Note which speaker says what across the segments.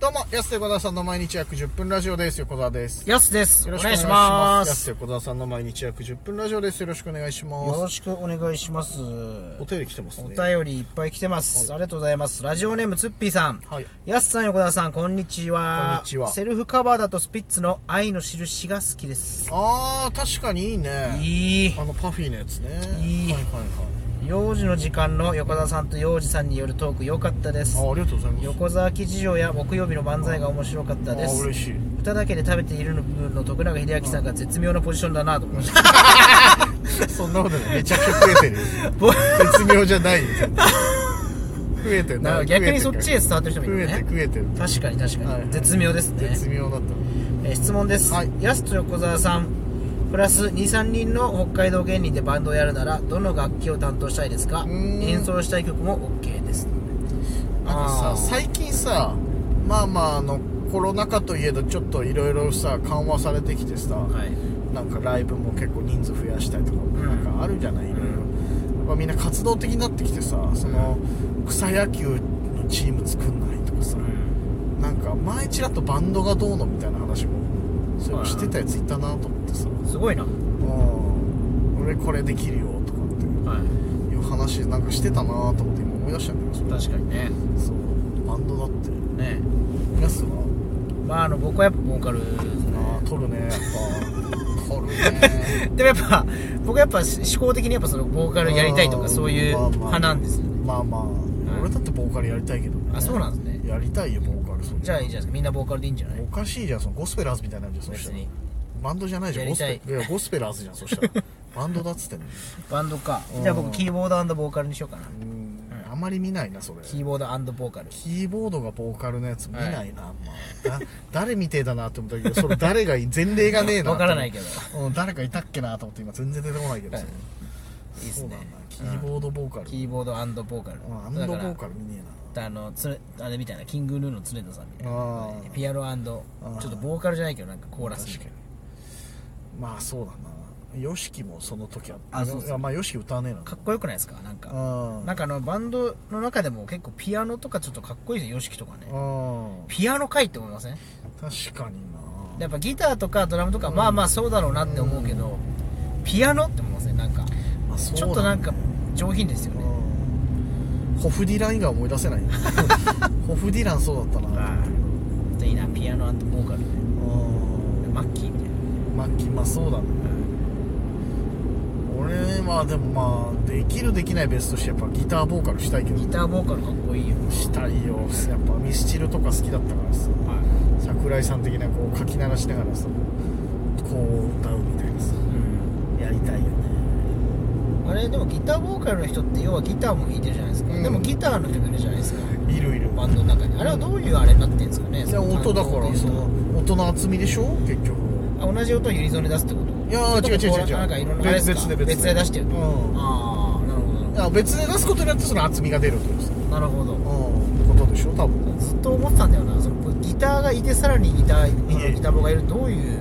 Speaker 1: どうも、安手小沢さんの毎日約10分ラジオです。横澤です。
Speaker 2: やすです。
Speaker 1: よ
Speaker 2: お
Speaker 1: ろしくお願
Speaker 2: 願
Speaker 1: い
Speaker 2: い
Speaker 1: し
Speaker 2: し
Speaker 1: ま。
Speaker 2: ますす。
Speaker 1: 安手小沢さんの毎日約10分ラジオです。よろしくお願いし
Speaker 2: よ
Speaker 1: ま
Speaker 2: ろ
Speaker 1: す。
Speaker 2: しくお願いします。
Speaker 1: お便り来てます
Speaker 2: お
Speaker 1: ね。
Speaker 2: 便りいっぱい来てます。ありがとうございます。ラジオネームつっぴーさん。
Speaker 1: はい。
Speaker 2: やすさん、横田さん、こんにちは。
Speaker 1: こんにちは
Speaker 2: セルフカバーだとスピッツの愛の印が好きです。
Speaker 1: あー、確かにいいね。
Speaker 2: いい。
Speaker 1: あの、パフィーのやつね。
Speaker 2: いい
Speaker 1: はいはい
Speaker 2: 幼児の時間の横田さんと幼児さんによるトーク良かったです
Speaker 1: はい。。あー、ありがとうございます。
Speaker 2: 横沢記事上や木曜日の漫才が面白かったで
Speaker 1: あー、
Speaker 2: す。
Speaker 1: 嬉しい。
Speaker 2: 歌だけで食べているの部分の徳永秀明さんが絶妙なポジションだなと思いました。
Speaker 1: そんなことない。めちゃくちゃ 増えて る。絶妙じゃないよ。増えてる
Speaker 2: な
Speaker 1: な。
Speaker 2: んか逆にそっちへ伝わってる人もい
Speaker 1: 増
Speaker 2: る
Speaker 1: え
Speaker 2: よ
Speaker 1: て
Speaker 2: ね
Speaker 1: る。増えてる。
Speaker 2: 確かに確か
Speaker 1: はいはい
Speaker 2: に絶妙ですね
Speaker 1: 絶妙だった。
Speaker 2: えー質問です
Speaker 1: はい
Speaker 2: やすと横澤さんプラス23人の北海道芸人でバンドをやるならどの楽器を担当したいですか
Speaker 1: うーん
Speaker 2: 演奏したい曲も OK です
Speaker 1: なんかさ最近さまあまああのコロナ禍といえどちょっといろいろさ緩和されてきてさ、
Speaker 2: はい
Speaker 1: なんかライブも結構人数増やしたりとか、
Speaker 2: ん
Speaker 1: なんかあるじゃないいろいろ、まあ、みんな活動的になってきてさその草野球のチーム作んないとかさ、なんか前ちらっとバンドがどうのみたいな話もそれもしてたやついたなと思ってさ、
Speaker 2: すごいなは
Speaker 1: うん、俺これできるよとかって
Speaker 2: い
Speaker 1: いう話なんかしてたなと思って今思い出したんだけど
Speaker 2: 確かにね
Speaker 1: そうバンドだって
Speaker 2: ね
Speaker 1: やすは
Speaker 2: まああの僕はやっぱボーカルですね
Speaker 1: ああ取るねやっぱ取るね
Speaker 2: でもやっぱ僕はやっぱ思考的にやっぱそのボーカルやりたいと
Speaker 1: あ
Speaker 2: か
Speaker 1: ー
Speaker 2: そういう
Speaker 1: まあまあ
Speaker 2: 派なんですよね
Speaker 1: まあまあ、俺だってボーカルやりたいけど、ね、
Speaker 2: あそうなんですね
Speaker 1: やりたいよボーカルそれ
Speaker 2: じゃあいいじゃないですかみんなボーカルでいいんじゃない
Speaker 1: おかしいじゃんそのゴスペラーズみたいになるじゃんそ
Speaker 2: 別
Speaker 1: したら
Speaker 2: に
Speaker 1: バンドじゃないじゃんゴ
Speaker 2: やり
Speaker 1: ス
Speaker 2: たい
Speaker 1: ペいやゴスペラーズじゃんそした らバンドだっつってんのに
Speaker 2: バンドか
Speaker 1: うん
Speaker 2: じゃあ僕キーボードボーカルにしようかな
Speaker 1: うんあまり見ないなそれ
Speaker 2: キーボードボーカル
Speaker 1: キーボードがボーカルのやつ見ないな、まあ、だ誰みてえだなって思ったけどそれ誰がいい前例がねえな
Speaker 2: わからないけ
Speaker 1: ど、
Speaker 2: ど
Speaker 1: うん、誰かいたっけなと思って今全然出てこないけど、
Speaker 2: はいいいっす
Speaker 1: そうだ
Speaker 2: ね
Speaker 1: なキーボードボーカル、
Speaker 2: キーボードボーカル
Speaker 1: うんアンドボー
Speaker 2: だか
Speaker 1: カル見ね
Speaker 2: らあのつあれみたいなキングヌーの常田さんみ
Speaker 1: え
Speaker 2: たい
Speaker 1: な
Speaker 2: な
Speaker 1: ああ
Speaker 2: ピアノちょ
Speaker 1: ー
Speaker 2: っとボーカルじゃないけどなんかコーラスみ
Speaker 1: 確
Speaker 2: た
Speaker 1: か
Speaker 2: い
Speaker 1: にまあそうだなヨシキもその時は
Speaker 2: あそうそう
Speaker 1: いやまあヨシキ歌わねえな
Speaker 2: なかっこよくないですかなんか
Speaker 1: あ
Speaker 2: なんかあのバンドの中でも結構ピアノとかちょっとかっこいいですよ YOSHIKI とかね
Speaker 1: あ
Speaker 2: ピアノかいって思いませんで
Speaker 1: 確かにな
Speaker 2: やっぱギターとかドラムとかまあまあそうだろうなって思うけどピアノって思いませんなんか
Speaker 1: まあそうだ
Speaker 2: ちょっとなんか上品ですよ
Speaker 1: う
Speaker 2: ね
Speaker 1: んホフディラン以外思い出せない ホフディランそうだったな
Speaker 2: ああいいなピアノボーカル
Speaker 1: うん
Speaker 2: マッキーみたい
Speaker 1: ま
Speaker 2: な
Speaker 1: あきまあそうだね俺はでもまあできるできない別としてやっぱギターボーカルしたいけど
Speaker 2: ギターボーカルかっこいいよ、
Speaker 1: したいよやっぱミスチルとか好きだったからさ桜井さん的なこう書き鳴らしながらさこう歌うみたいなさやりたいよね
Speaker 2: あれでもギターボーカルの人って要はギターも弾いてるじゃないですか、
Speaker 1: うん
Speaker 2: でもギターの人もいるじゃないですか
Speaker 1: いるいる
Speaker 2: バンドの中にあれはどういうあれになってるんですかね
Speaker 1: いや音だから
Speaker 2: そ
Speaker 1: そ
Speaker 2: の
Speaker 1: の音の厚みでしょ結局
Speaker 2: あ同じ音をユニゾンで出すってこと
Speaker 1: いやー
Speaker 2: それと
Speaker 1: 違
Speaker 2: も
Speaker 1: う違う違う違う
Speaker 2: なんかいろんなあれですか
Speaker 1: 別で別で
Speaker 2: 別で出してるってこと
Speaker 1: うん
Speaker 2: ああなるほど
Speaker 1: いや別で出すことによってその厚みが出るというさ
Speaker 2: なるほど
Speaker 1: ことでしょ多分
Speaker 2: ずっと思ってたんだよなそのギターがいてさらにギター
Speaker 1: いえ
Speaker 2: ギターボーがいるどういう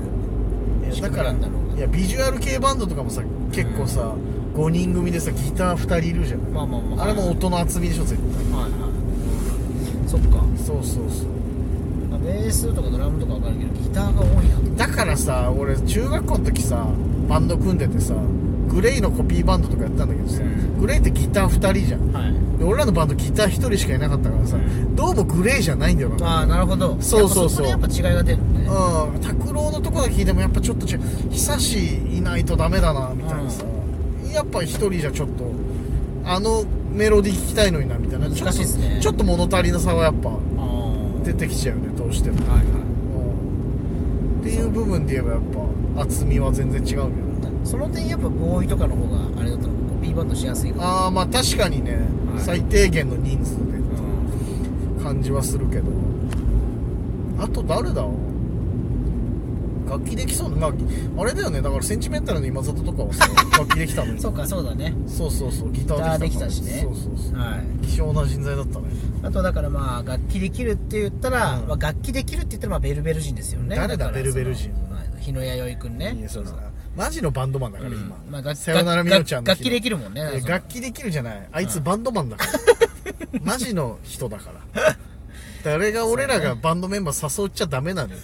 Speaker 1: いやだか
Speaker 2: 仕組みな
Speaker 1: ら
Speaker 2: んだろうない
Speaker 1: やビジュアル系バンドとかもさ結構さ、5人組でさギター2人いるじゃん、
Speaker 2: まあまあまあ
Speaker 1: あれも音の厚みでしょ絶対
Speaker 2: はいはいそっか
Speaker 1: そうそうそう
Speaker 2: まあベースとかドラムとかわかるけどギターが多いな
Speaker 1: だからさ俺中学校の時さバンド組んでてさグレイのコピーバンドとかやったんだけどさ、
Speaker 2: うん
Speaker 1: グレイってギター2人じゃん
Speaker 2: はい
Speaker 1: で俺らのバンドギター1人しかいなかったからさ、
Speaker 2: うん
Speaker 1: どうもグレイじゃないんだよな
Speaker 2: ああなるほど
Speaker 1: そうそうそう
Speaker 2: やっぱそこでやっぱ違いが出るのね
Speaker 1: うん拓郎のとこだけ聞いてもやっぱちょっと違う久しいないとダメだなみたいなさ、やっぱ1人じゃちょっとあのメロディー聞きたいのになみたいな
Speaker 2: 難しいっすね
Speaker 1: ちょっとちょっと物足りなさはやっぱ
Speaker 2: あ
Speaker 1: 出てきちゃうよねどうしても
Speaker 2: あはいは
Speaker 1: うんっていう部分で言えばやっぱ厚みは全然違うよね
Speaker 2: いその点やっぱボーイとかの方があれだったのコピーバンドしやすいから
Speaker 1: ああまあ確かにね、
Speaker 2: はい
Speaker 1: 最低限の人数で
Speaker 2: うん
Speaker 1: 感じはするけどあと誰だ楽器できそうな、まあ、あれだよねだからセンチメンタルの今里とかは さ楽器できたのに
Speaker 2: そうかそうだね
Speaker 1: そうそうそうギタ
Speaker 2: ギタ
Speaker 1: ー
Speaker 2: ー
Speaker 1: で
Speaker 2: で
Speaker 1: き
Speaker 2: き
Speaker 1: たから
Speaker 2: たしね
Speaker 1: そうそうそう
Speaker 2: はい
Speaker 1: 希少な人材だったね
Speaker 2: あとだからまあ楽器できるって言ったら、
Speaker 1: うん
Speaker 2: まあ、楽器できるって言ったらまあベルベル人ですよね
Speaker 1: 誰だ
Speaker 2: から
Speaker 1: ベルベル人
Speaker 2: そのはい日野弥生くんね
Speaker 1: いやそうだなマジのバンドマンだから
Speaker 2: うん
Speaker 1: 今、
Speaker 2: まあ楽
Speaker 1: さよならみのちゃんの
Speaker 2: 楽器できるもんね
Speaker 1: いや
Speaker 2: その
Speaker 1: 楽器できるじゃないあいつバンドマンだから、マジの人だから誰が俺らがバンドメンバー誘っちゃダメ なのよ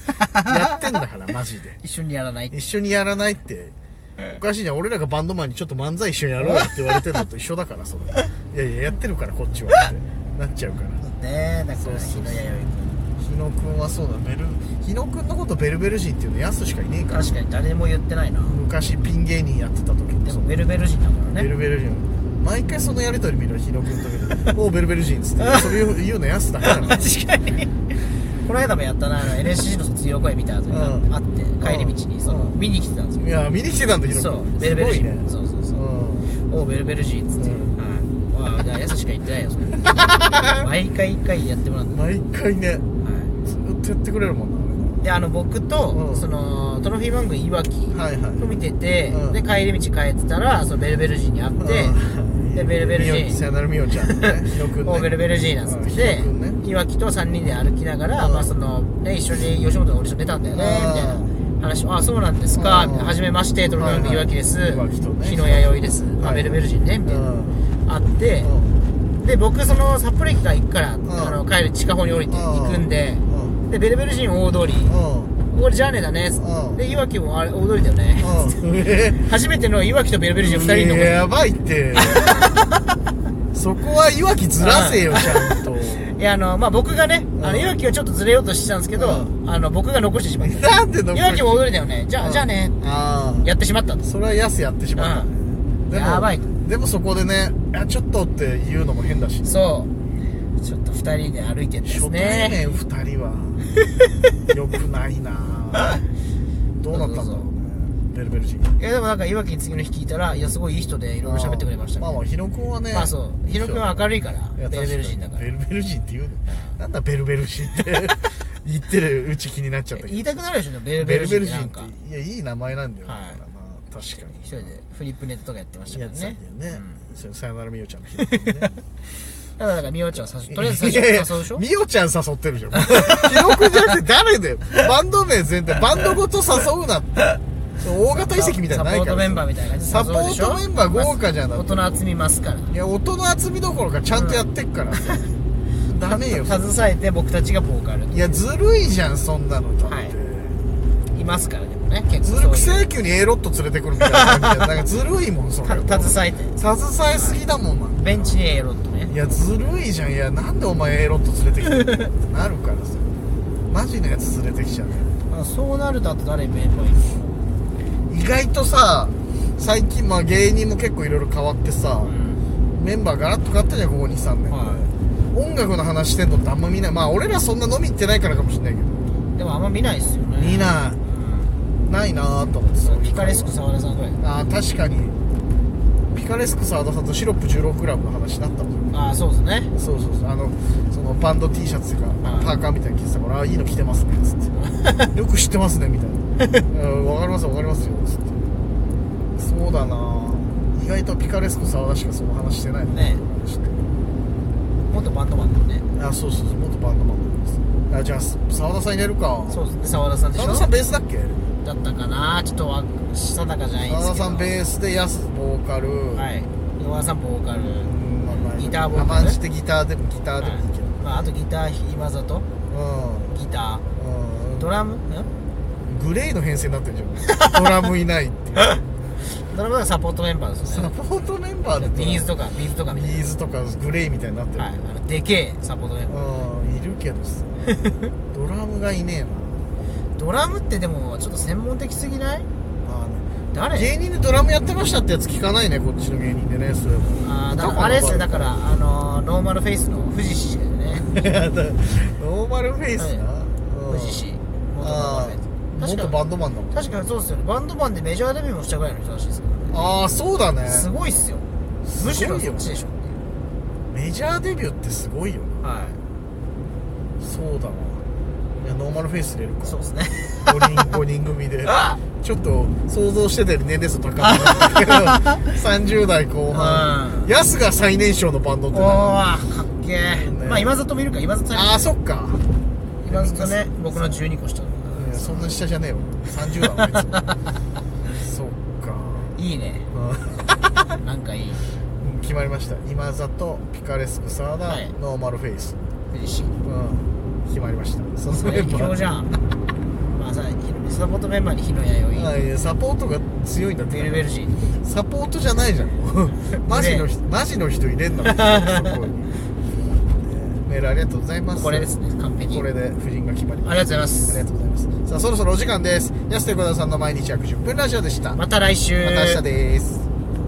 Speaker 1: やってんだからマジで
Speaker 2: 一緒にやらない
Speaker 1: 一緒にやらないっておかしいじゃん俺らがバンドマンにちょっと漫才一緒にやろうよって言われてるのと一緒だからそ れいやいややってるからこっちはってなっちゃうから
Speaker 2: ねえだから日の弥
Speaker 1: 日野くんはそうだベル日野くんのことベルベル人っていうのやすしかいねえ
Speaker 2: 生
Speaker 1: から
Speaker 2: 確かに誰も言ってないな
Speaker 1: 昔ピン芸人やってた時も
Speaker 2: で
Speaker 1: そ
Speaker 2: も
Speaker 1: う
Speaker 2: ベルベル人だから
Speaker 1: ベル
Speaker 2: ね
Speaker 1: ベル人毎回そのやり取り見る日野くんと見るおうベルベル人」っつってそれ言う言うのやすだから
Speaker 2: 確かにこの間もやったなあの NSC の卒業公演見た後にあ
Speaker 1: うん
Speaker 2: って帰り道にその
Speaker 1: うん
Speaker 2: 見に来てたんですよ
Speaker 1: いや見に来てたんだ日野
Speaker 2: そ
Speaker 1: くん
Speaker 2: うベルベル
Speaker 1: す
Speaker 2: 人、
Speaker 1: ごいね
Speaker 2: そうそうそううんおうベルベル人っつって、
Speaker 1: うん
Speaker 2: はいわあじゃあやすしか言ってないよ それ毎回一回やってもらって、は
Speaker 1: 毎回ねずっとやってくれるもん
Speaker 2: い、であの僕と、
Speaker 1: うん
Speaker 2: そのトロフィー番組いわき
Speaker 1: なあれはいはい
Speaker 2: を見てて、
Speaker 1: うん
Speaker 2: で帰り道帰ってたらそのベルベル人に会って、
Speaker 1: うん
Speaker 2: でベルベル
Speaker 1: みおさ
Speaker 2: 人
Speaker 1: よならみおちゃんね日野くん
Speaker 2: お
Speaker 1: ね
Speaker 2: うベルベル人なんつってて
Speaker 1: うん日野くんね
Speaker 2: いわきと3人で歩きながら、
Speaker 1: うん
Speaker 2: まあそのね、一緒に吉本のオーディション出たんだよね
Speaker 1: うん
Speaker 2: みたいな話ああそうなんですか
Speaker 1: うん
Speaker 2: みたいなはじめましてトロフィー番組いわきです、
Speaker 1: はいはいいわきとね
Speaker 2: 日野弥生です、
Speaker 1: は
Speaker 2: あ
Speaker 1: い
Speaker 2: ベルベル人ねみたいな、あって、
Speaker 1: うん
Speaker 2: で僕その札幌駅から行くから、
Speaker 1: ん
Speaker 2: あの帰る近方に降りて
Speaker 1: うん
Speaker 2: 行くんで、
Speaker 1: うん
Speaker 2: でベルベル人大通り、
Speaker 1: うん
Speaker 2: これジャーネだね、
Speaker 1: うん
Speaker 2: でいわきもあれ大通りだよね、
Speaker 1: うんえ
Speaker 2: 初めてのいわきとベルベル人2人の
Speaker 1: いややばいってそこはいわきずらせよちゃんと
Speaker 2: いやあのまあ僕がね、あ
Speaker 1: う
Speaker 2: の
Speaker 1: ん
Speaker 2: いわきをちょっとずれようとしてたんですけど、あの僕が残してしまった
Speaker 1: なんでの
Speaker 2: いわきも大通りだよねじゃあ、
Speaker 1: うん
Speaker 2: じゃあね
Speaker 1: ああ
Speaker 2: やってしまったんです
Speaker 1: それはやすやってしまったねでも
Speaker 2: やばい
Speaker 1: でもそこでね「あちょっと」って言うのも変だし
Speaker 2: そうちょっと2人で歩いてんで
Speaker 1: 初
Speaker 2: す
Speaker 1: 対
Speaker 2: ね
Speaker 1: 面2人は よくないなどうなったんだろうねベルベル人
Speaker 2: いやでもなんかいわきに次の日聞いたらいやすごいいい人でいろいろ喋ってくれましたね
Speaker 1: まあまあ日野君はね
Speaker 2: まあそう日野君は明るいからベルベル人だから
Speaker 1: ベルベル人って言うのなんだベルベル人って 言ってるうち気になっちゃったけ
Speaker 2: 言
Speaker 1: ど
Speaker 2: いたくなるでしょベル
Speaker 1: ベ
Speaker 2: ベル
Speaker 1: ル
Speaker 2: 人
Speaker 1: ベ
Speaker 2: っ
Speaker 1: ル
Speaker 2: て
Speaker 1: 人
Speaker 2: なん
Speaker 1: って
Speaker 2: か
Speaker 1: いやいい名前なんだよ、
Speaker 2: はい
Speaker 1: だからまあ確かに
Speaker 2: 一人でフリップネットとかやってました
Speaker 1: や
Speaker 2: か
Speaker 1: っ
Speaker 2: ら
Speaker 1: てた
Speaker 2: ね
Speaker 1: んだよね、そうさよならみおちゃんの日
Speaker 2: ただなんかみおちゃんは誘うとりあえず
Speaker 1: いや
Speaker 2: 最
Speaker 1: いや
Speaker 2: 初誘うでしょ
Speaker 1: みおちゃん誘ってるじゃん記録じゃなくて誰だよバンド名全体バンドごと誘うなってそう大型遺跡みたいなのない
Speaker 2: サポ
Speaker 1: か
Speaker 2: ー
Speaker 1: ら
Speaker 2: トメンバーみたいな感じで
Speaker 1: サポ
Speaker 2: 誘うでしょ
Speaker 1: ートメンバー豪華じゃな
Speaker 2: 大
Speaker 1: くて
Speaker 2: 人集みますから
Speaker 1: いや音の厚みどころかちゃんとやってっからさ、ダメよ
Speaker 2: 携えて僕たちがボーカル
Speaker 1: いやずるいじゃんそんなのだって、
Speaker 2: はいいますからでもね結
Speaker 1: ず
Speaker 2: 構
Speaker 1: るく
Speaker 2: そういう
Speaker 1: 請求にエロット連れてくるみたいな感じでなんかずるいもんそれ
Speaker 2: た携えて
Speaker 1: 携えすぎだもんな
Speaker 2: ベンチにエロットね
Speaker 1: いやずるいじゃんいやなんでお前エロット連れてきてるのなるからさマジのやつ連れてきちゃう
Speaker 2: あそうなるとあと誰メンバーいる
Speaker 1: 意外とさ最近まあ芸人も結構いろいろ変わってさ
Speaker 2: の、うん
Speaker 1: メンバーガラッと変わったじゃんここ23年、
Speaker 2: は
Speaker 1: 音楽の話してんのってあんま見ないまあ俺らそんな飲み行ってないからかもしんないけど
Speaker 2: でもあんま見ないっすよね
Speaker 1: 見な
Speaker 2: う
Speaker 1: いないなーと思ってさ
Speaker 2: んピカレスク沢田さんぐらい
Speaker 1: あー確かにピカレスク沢田さんとシロップ 16g の話になったもん
Speaker 2: ああそうですね
Speaker 1: そうそうそうあのそのバンド T シャツとか
Speaker 2: はい
Speaker 1: パーカーみたいなの着てたから「あいいの着てますね」っつ って「よく知ってますね」みたいな「うんわかりますわかりますよ」っつってそうだな意外とピカレスコ沢田しかその話してないの
Speaker 2: ね元バンドマンだよね
Speaker 1: あそうそうそう元バンドマンですあじゃあ沢田さん入れるか
Speaker 2: そうですね沢田さんでし
Speaker 1: 沢
Speaker 2: ょ
Speaker 1: 田さんベースだっけ
Speaker 2: だったかなちょっとわ定かじゃないんで
Speaker 1: 沢
Speaker 2: すけ
Speaker 1: 田
Speaker 2: ど
Speaker 1: さんベースでヤスボーカル
Speaker 2: はい沢田さんボーカル
Speaker 1: うんまあまあ
Speaker 2: ギターボーカル
Speaker 1: まあマジでギターでもギターでもいいけど
Speaker 2: まあ、あとギター今里ギタ
Speaker 1: うんうん
Speaker 2: ードラムん
Speaker 1: グレーの編成になってるじゃんドラムいないっていう
Speaker 2: ドラムはサポートメンバーです
Speaker 1: サ
Speaker 2: よね
Speaker 1: ポートメンバーで
Speaker 2: ビーズとかビーズとかみ
Speaker 1: ビ
Speaker 2: たい
Speaker 1: ーズとかグレイみたいになってる、
Speaker 2: な、はい、あのでけえサポートメンバー
Speaker 1: うんいるけど さドラムがいね
Speaker 2: ドラムってでもちょっと専門的すぎない
Speaker 1: えな、まあ
Speaker 2: 誰
Speaker 1: ね、芸人でドラムやってましたってやつ聞かないねこっちの芸人でねそうい
Speaker 2: あーだか
Speaker 1: どこ
Speaker 2: らあれですよだ
Speaker 1: どこ
Speaker 2: からあのーノーマルフェイスの富士氏だよね
Speaker 1: えばノーマルフェイスな、
Speaker 2: は
Speaker 1: うん
Speaker 2: 富士氏元ノーマ
Speaker 1: あ
Speaker 2: ルフ
Speaker 1: ー
Speaker 2: ェイス
Speaker 1: 元
Speaker 2: 確
Speaker 1: バ
Speaker 2: か
Speaker 1: ンドマンだもん
Speaker 2: 確かにそうですよねバンドマンでメジャーデビューもしたぐらいの人らしいですからね
Speaker 1: ああそうだね
Speaker 2: すごいっすよむしろそっちでしょっていう
Speaker 1: メジャーデビューってすごいよな
Speaker 2: は
Speaker 1: そうだないやノーマルフェイス入れる
Speaker 2: いそう
Speaker 1: か
Speaker 2: ですね
Speaker 1: 5人 ,5 人組 でちょっと想像してたより年齢層高かったけど 30代後
Speaker 2: う
Speaker 1: 半
Speaker 2: ん
Speaker 1: ヤスが最年少のバンドっ
Speaker 2: お
Speaker 1: て
Speaker 2: ー
Speaker 1: な
Speaker 2: かっけえ、
Speaker 1: ね
Speaker 2: まあ今里見るか今里さん
Speaker 1: ああそっか
Speaker 2: 今里ね僕の12個下だから
Speaker 1: いやそんな下じゃねえわ30だわあい つそっか
Speaker 2: いいね
Speaker 1: う
Speaker 2: なんかいい
Speaker 1: ん決まりました今里ピカレスクサーダ、
Speaker 2: はい
Speaker 1: ノーマルフェイス
Speaker 2: 富士氏
Speaker 1: うん決まりましたそのメ
Speaker 2: 最
Speaker 1: ンバ
Speaker 2: 強
Speaker 1: ー
Speaker 2: じゃんまあさサポートメンバーに火の弥生
Speaker 1: あいやサポートが強いんだっ
Speaker 2: ベ
Speaker 1: て
Speaker 2: ルベルシー
Speaker 1: サポートじゃないじゃん マジの人、マジの人入れんなそこにえーメールありがとうございます
Speaker 2: これですね完璧
Speaker 1: これで夫人が決まり
Speaker 2: ありがとうござい
Speaker 1: あり
Speaker 2: ま
Speaker 1: が
Speaker 2: す
Speaker 1: とうございますさあそろそろお時間です安手小田さんの毎日約10分ラジオでしたま
Speaker 2: また来週
Speaker 1: た明日です